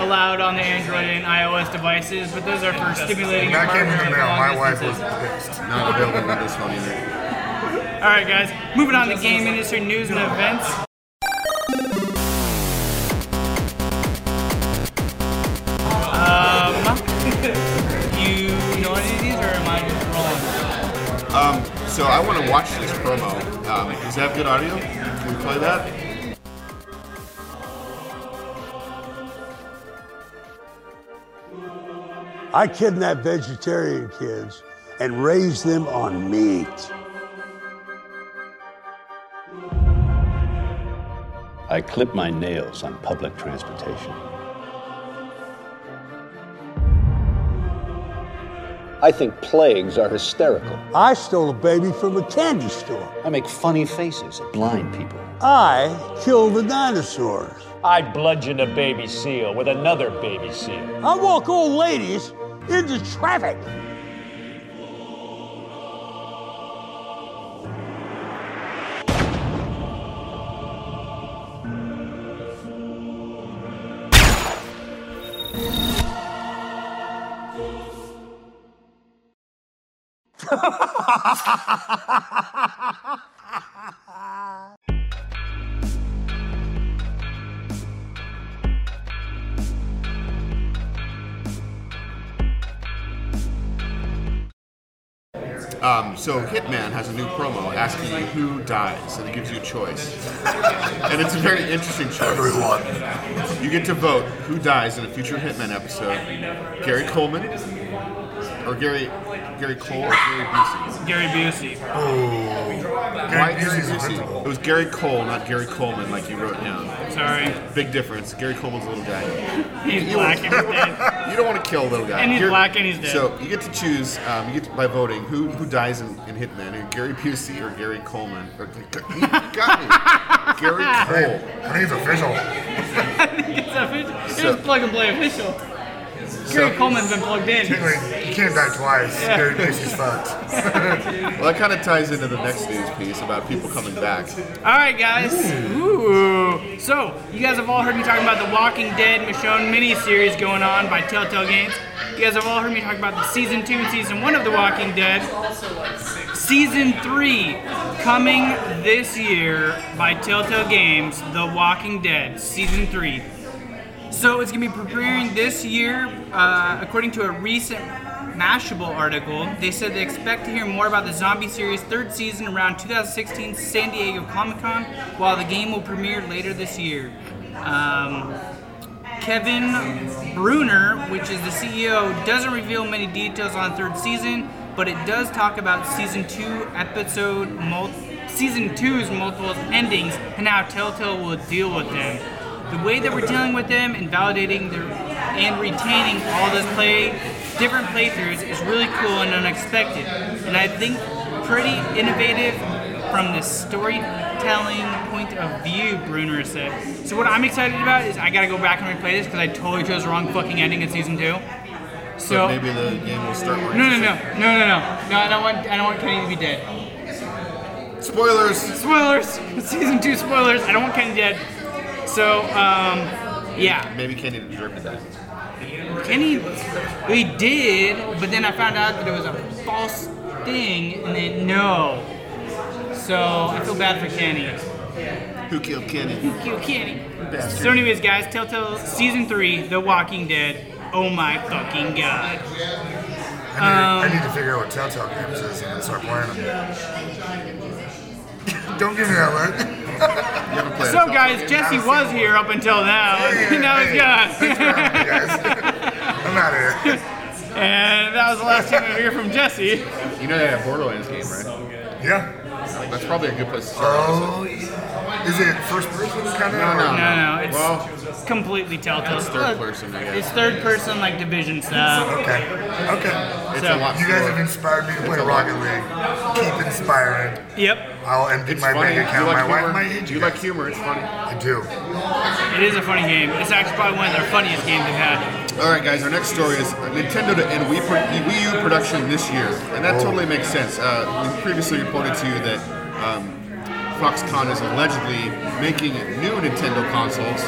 Speaker 2: allowed on the Android and iOS devices, but those are for stimulating your
Speaker 3: That came in
Speaker 2: partner. at
Speaker 3: the mail.
Speaker 2: long
Speaker 3: My wife was
Speaker 2: distances.
Speaker 3: pissed.
Speaker 1: Not available on this one either.
Speaker 2: All right, guys. Moving on to game industry news and events. Um, you know any of these, or am I just rolling?
Speaker 1: Um, so I want to watch this promo. Um, does that have good audio? Can we play that?
Speaker 12: I kidnapped vegetarian kids and raised them on meat.
Speaker 13: I clip my nails on public transportation. I think plagues are hysterical.
Speaker 12: I stole a baby from a candy store.
Speaker 13: I make funny faces at blind people.
Speaker 12: I killed the dinosaurs.
Speaker 14: I bludgeon a baby seal with another baby seal.
Speaker 12: I walk old ladies into traffic.
Speaker 1: Um, so Hitman has a new promo asking you who dies, and it gives you a choice. and it's a very interesting choice. Everyone. You get to vote who dies in a future Hitman episode. Gary Coleman, or Gary Gary Cole, or Gary Busey.
Speaker 2: Gary Busey.
Speaker 1: Oh. Why Gary Busey? It was Gary Cole, not Gary Coleman, like you wrote down.
Speaker 2: Sorry.
Speaker 1: Big difference. Gary Coleman's a little guy.
Speaker 2: He's black and he's dead.
Speaker 1: You don't want to kill a little guy.
Speaker 2: And he's
Speaker 1: You're-
Speaker 2: black and he's dead.
Speaker 1: So you get to choose. Um, you get to, by voting who who dies in, in Hitman, and Gary Busey or Gary Coleman or got me. Gary Cole.
Speaker 3: I think it's official.
Speaker 2: It's official. It
Speaker 1: So-
Speaker 2: was plug and play official. Gary Coleman's been plugged in.
Speaker 3: Technically, you can't die twice.
Speaker 2: Yeah.
Speaker 3: Gary Busey's fucked.
Speaker 1: well, that kind of ties into the next news piece about people coming back.
Speaker 2: All right, guys. Ooh. So you guys have all heard me talking about the Walking Dead Michonne miniseries going on by Telltale Games. You guys have all heard me talking about the season two and season one of The Walking Dead. Season three coming this year by Telltale Games. The Walking Dead season three. So it's gonna be preparing this year, uh, according to a recent Mashable article. They said they expect to hear more about the zombie series third season around 2016 San Diego Comic Con, while the game will premiere later this year. Um, Kevin Bruner, which is the CEO, doesn't reveal many details on third season, but it does talk about season two episode mul- season two's multiple endings and how Telltale will deal with them. The way that we're dealing with them and validating their and retaining all those play different playthroughs is really cool and unexpected, and I think pretty innovative from the storytelling point of view, Bruner said. So what I'm excited about is I gotta go back and replay this because I totally chose the wrong fucking ending in season two. So
Speaker 1: maybe the game will start.
Speaker 2: No,
Speaker 1: where
Speaker 2: no, no,
Speaker 1: it's
Speaker 2: no,
Speaker 1: just like-
Speaker 2: no, no, no. I don't want. I don't want Kenny to be dead.
Speaker 1: Spoilers.
Speaker 2: Spoilers. Season two spoilers. I don't want Kenny dead. So, um, yeah.
Speaker 1: Maybe Kenny deserved that.
Speaker 2: Kenny, we did, but then I found out that it was a false thing, and then no. So I feel bad for Kenny.
Speaker 1: Who killed Kenny?
Speaker 2: Who killed Kenny?
Speaker 1: Bastard.
Speaker 2: So, anyways, guys, Telltale season three, The Walking Dead. Oh my fucking god.
Speaker 3: I need, I need to figure out what Telltale Games is and then start playing them. Don't give me that look.
Speaker 2: So, guys, Jesse was here up until now. now he's gone.
Speaker 3: I'm out of here.
Speaker 2: and that was the last time I hear from Jesse.
Speaker 1: You know they have Borderlands game, right?
Speaker 3: Yeah.
Speaker 1: That's probably a good place to start.
Speaker 3: Oh, is it first person kind of?
Speaker 2: no, no, It's completely Telltale.
Speaker 1: It's third person, I guess.
Speaker 2: It's third person, like division stuff.
Speaker 3: Okay. Okay. you guys have inspired me to play Rocket League. Keep inspiring.
Speaker 2: Yep.
Speaker 3: I'll empty
Speaker 1: It's
Speaker 3: my
Speaker 1: funny.
Speaker 3: bank account.
Speaker 1: You like
Speaker 3: my
Speaker 1: humor?
Speaker 3: wife might hate
Speaker 1: You
Speaker 3: you.
Speaker 1: like humor? It's funny.
Speaker 3: I do.
Speaker 2: It is a funny game. It's actually probably one of their funniest games they've had.
Speaker 1: All right, guys. Our next story is Nintendo to end Wii, pro- Wii U production this year, and that totally makes sense. Uh, we previously reported to you that um, Foxconn is allegedly making new Nintendo consoles.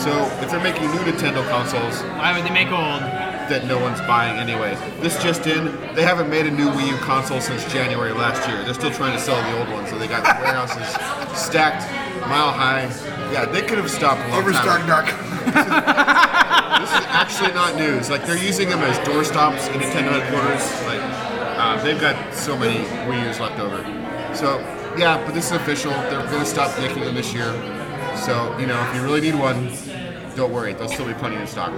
Speaker 1: So if they're making new Nintendo consoles,
Speaker 2: why would they make old?
Speaker 1: That no one's buying anyway. This just in, they haven't made a new Wii U console since January last year. They're still trying to sell the old one, so they got the warehouses stacked mile high. Yeah, they could have stopped a long time ago.
Speaker 3: Overstock.com.
Speaker 1: This is actually not news. Like they're using them as doorstops in Nintendo headquarters. Like uh, they've got so many Wii U's left over. So yeah, but this is official. They're going to stop making them this year. So you know, if you really need one, don't worry. There'll still be plenty in stock.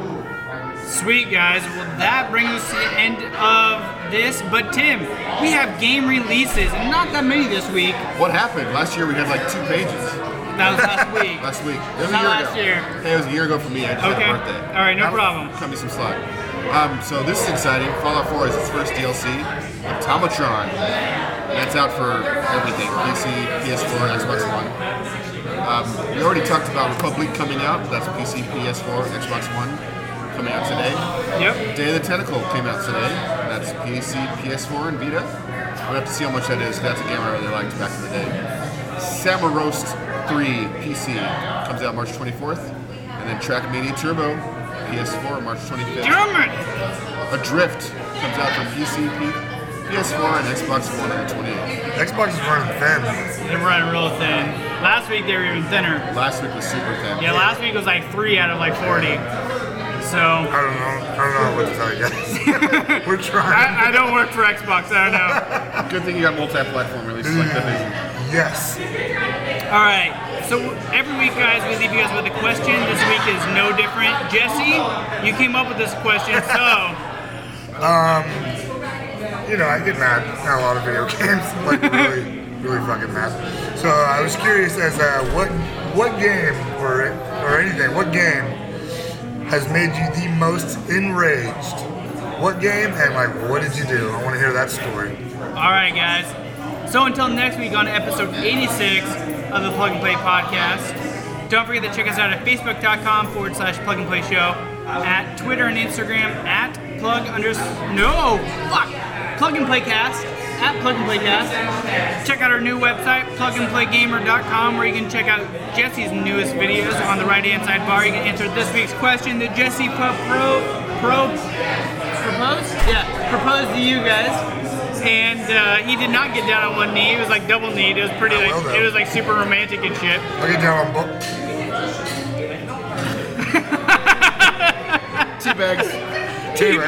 Speaker 2: Sweet guys. Well, that brings us to the end of this. But Tim, we have game releases, and not that many this week.
Speaker 1: What happened last year? We had like two pages.
Speaker 2: That was last week.
Speaker 1: last week. It was a
Speaker 2: Not
Speaker 1: year
Speaker 2: last
Speaker 1: ago.
Speaker 2: year.
Speaker 1: Hey, it was a year ago for me. I just had
Speaker 2: Okay.
Speaker 1: a birthday.
Speaker 2: All right, no
Speaker 1: That'll
Speaker 2: problem.
Speaker 1: Cut me some slack. Um, so this is exciting. Fallout 4 is its first DLC. Automatron. That's out for everything: PC, PS4, Xbox One. Um, we already talked about Republic coming out. That's PC, PS4, Xbox One coming out today.
Speaker 2: Yep.
Speaker 1: Day of the Tentacle came out today. That's PC, PS4, and Vita. We have to see how much that is. That's a game I really liked back in the day. Samurai Roast 3 PC comes out March 24th, and then Track Mania Turbo PS4 March 25th. Adrift comes out for PC, P- PS4, and Xbox One on the 28th.
Speaker 3: Xbox is running thin.
Speaker 2: They're running real thin. Last week they were even thinner.
Speaker 1: Last week was super thin.
Speaker 2: Yeah, last week was like three out of like forty. So I
Speaker 3: don't know. I don't know what to tell you guys. We're trying.
Speaker 2: I, don't work for Xbox. I don't know.
Speaker 1: Good thing you got multi-platform releases like that.
Speaker 3: Yes.
Speaker 2: All right. So every week, guys, we leave you guys with a question. This week is no different. Jesse, you came up with this question, so
Speaker 3: Um, you know, I get mad at a lot of video games. Like really, really fucking mad. So I was curious as uh, what what game or or anything, what game has made you the most enraged? What game and like what did you do? I want to hear that story.
Speaker 2: all right, guys. So until next week on episode 86 of the Plug and Play podcast. Don't forget to check us out at facebook.com forward slash plug and play show, at Twitter and Instagram at plug under no fuck plug and play cast at plug and play cast. Check out our new website plugandplaygamer.com where you can check out Jesse's newest videos on the right hand side bar. You can answer this week's question that Jesse pro pro pro proposed yeah proposed to you guys. And uh, he did not get down on one knee. It was like double knee. It was pretty.
Speaker 3: I
Speaker 2: Like,
Speaker 3: will, though.
Speaker 2: it was like super romantic and shit.
Speaker 3: I'll get down on book.
Speaker 1: Two bags.
Speaker 3: Two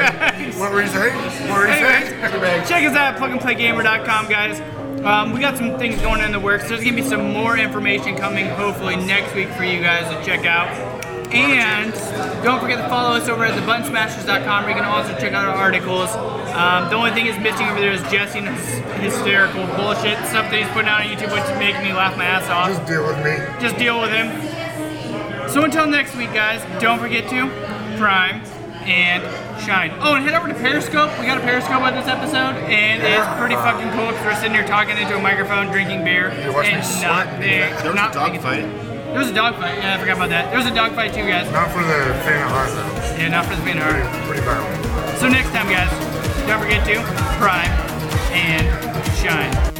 Speaker 3: What were you saying? What were you
Speaker 2: Anyways,
Speaker 3: saying?
Speaker 2: Check us out at plugandplaygamer.com, guys. Um, we got some things going in the works. There's gonna be some more information coming, hopefully next week for you guys to check out. And don't forget to follow us over at thebunsmashers.com. where you can also check out our articles. Um, the only thing is missing over there is Jesse and his hysterical bullshit stuff that he's putting out on YouTube, which is making me laugh my ass off. Just
Speaker 3: deal with me.
Speaker 2: Just deal with him. So until next week, guys, don't forget to prime and shine. Oh, and head over to Periscope. We got a Periscope on this episode, and it's pretty fucking cool because we're sitting here talking into a microphone, drinking beer,
Speaker 3: watch me
Speaker 2: and
Speaker 3: sweat
Speaker 2: not
Speaker 3: and
Speaker 2: there.
Speaker 3: that. There was a
Speaker 2: not
Speaker 3: dog
Speaker 2: making-
Speaker 3: fight.
Speaker 2: There was a dog fight. Yeah, I forgot about that. There was a dog fight too, guys.
Speaker 3: Not for the faint of heart though.
Speaker 2: Yeah, not for the faint of heart.
Speaker 3: Pretty violent.
Speaker 2: So next time, guys, don't forget to prime and shine.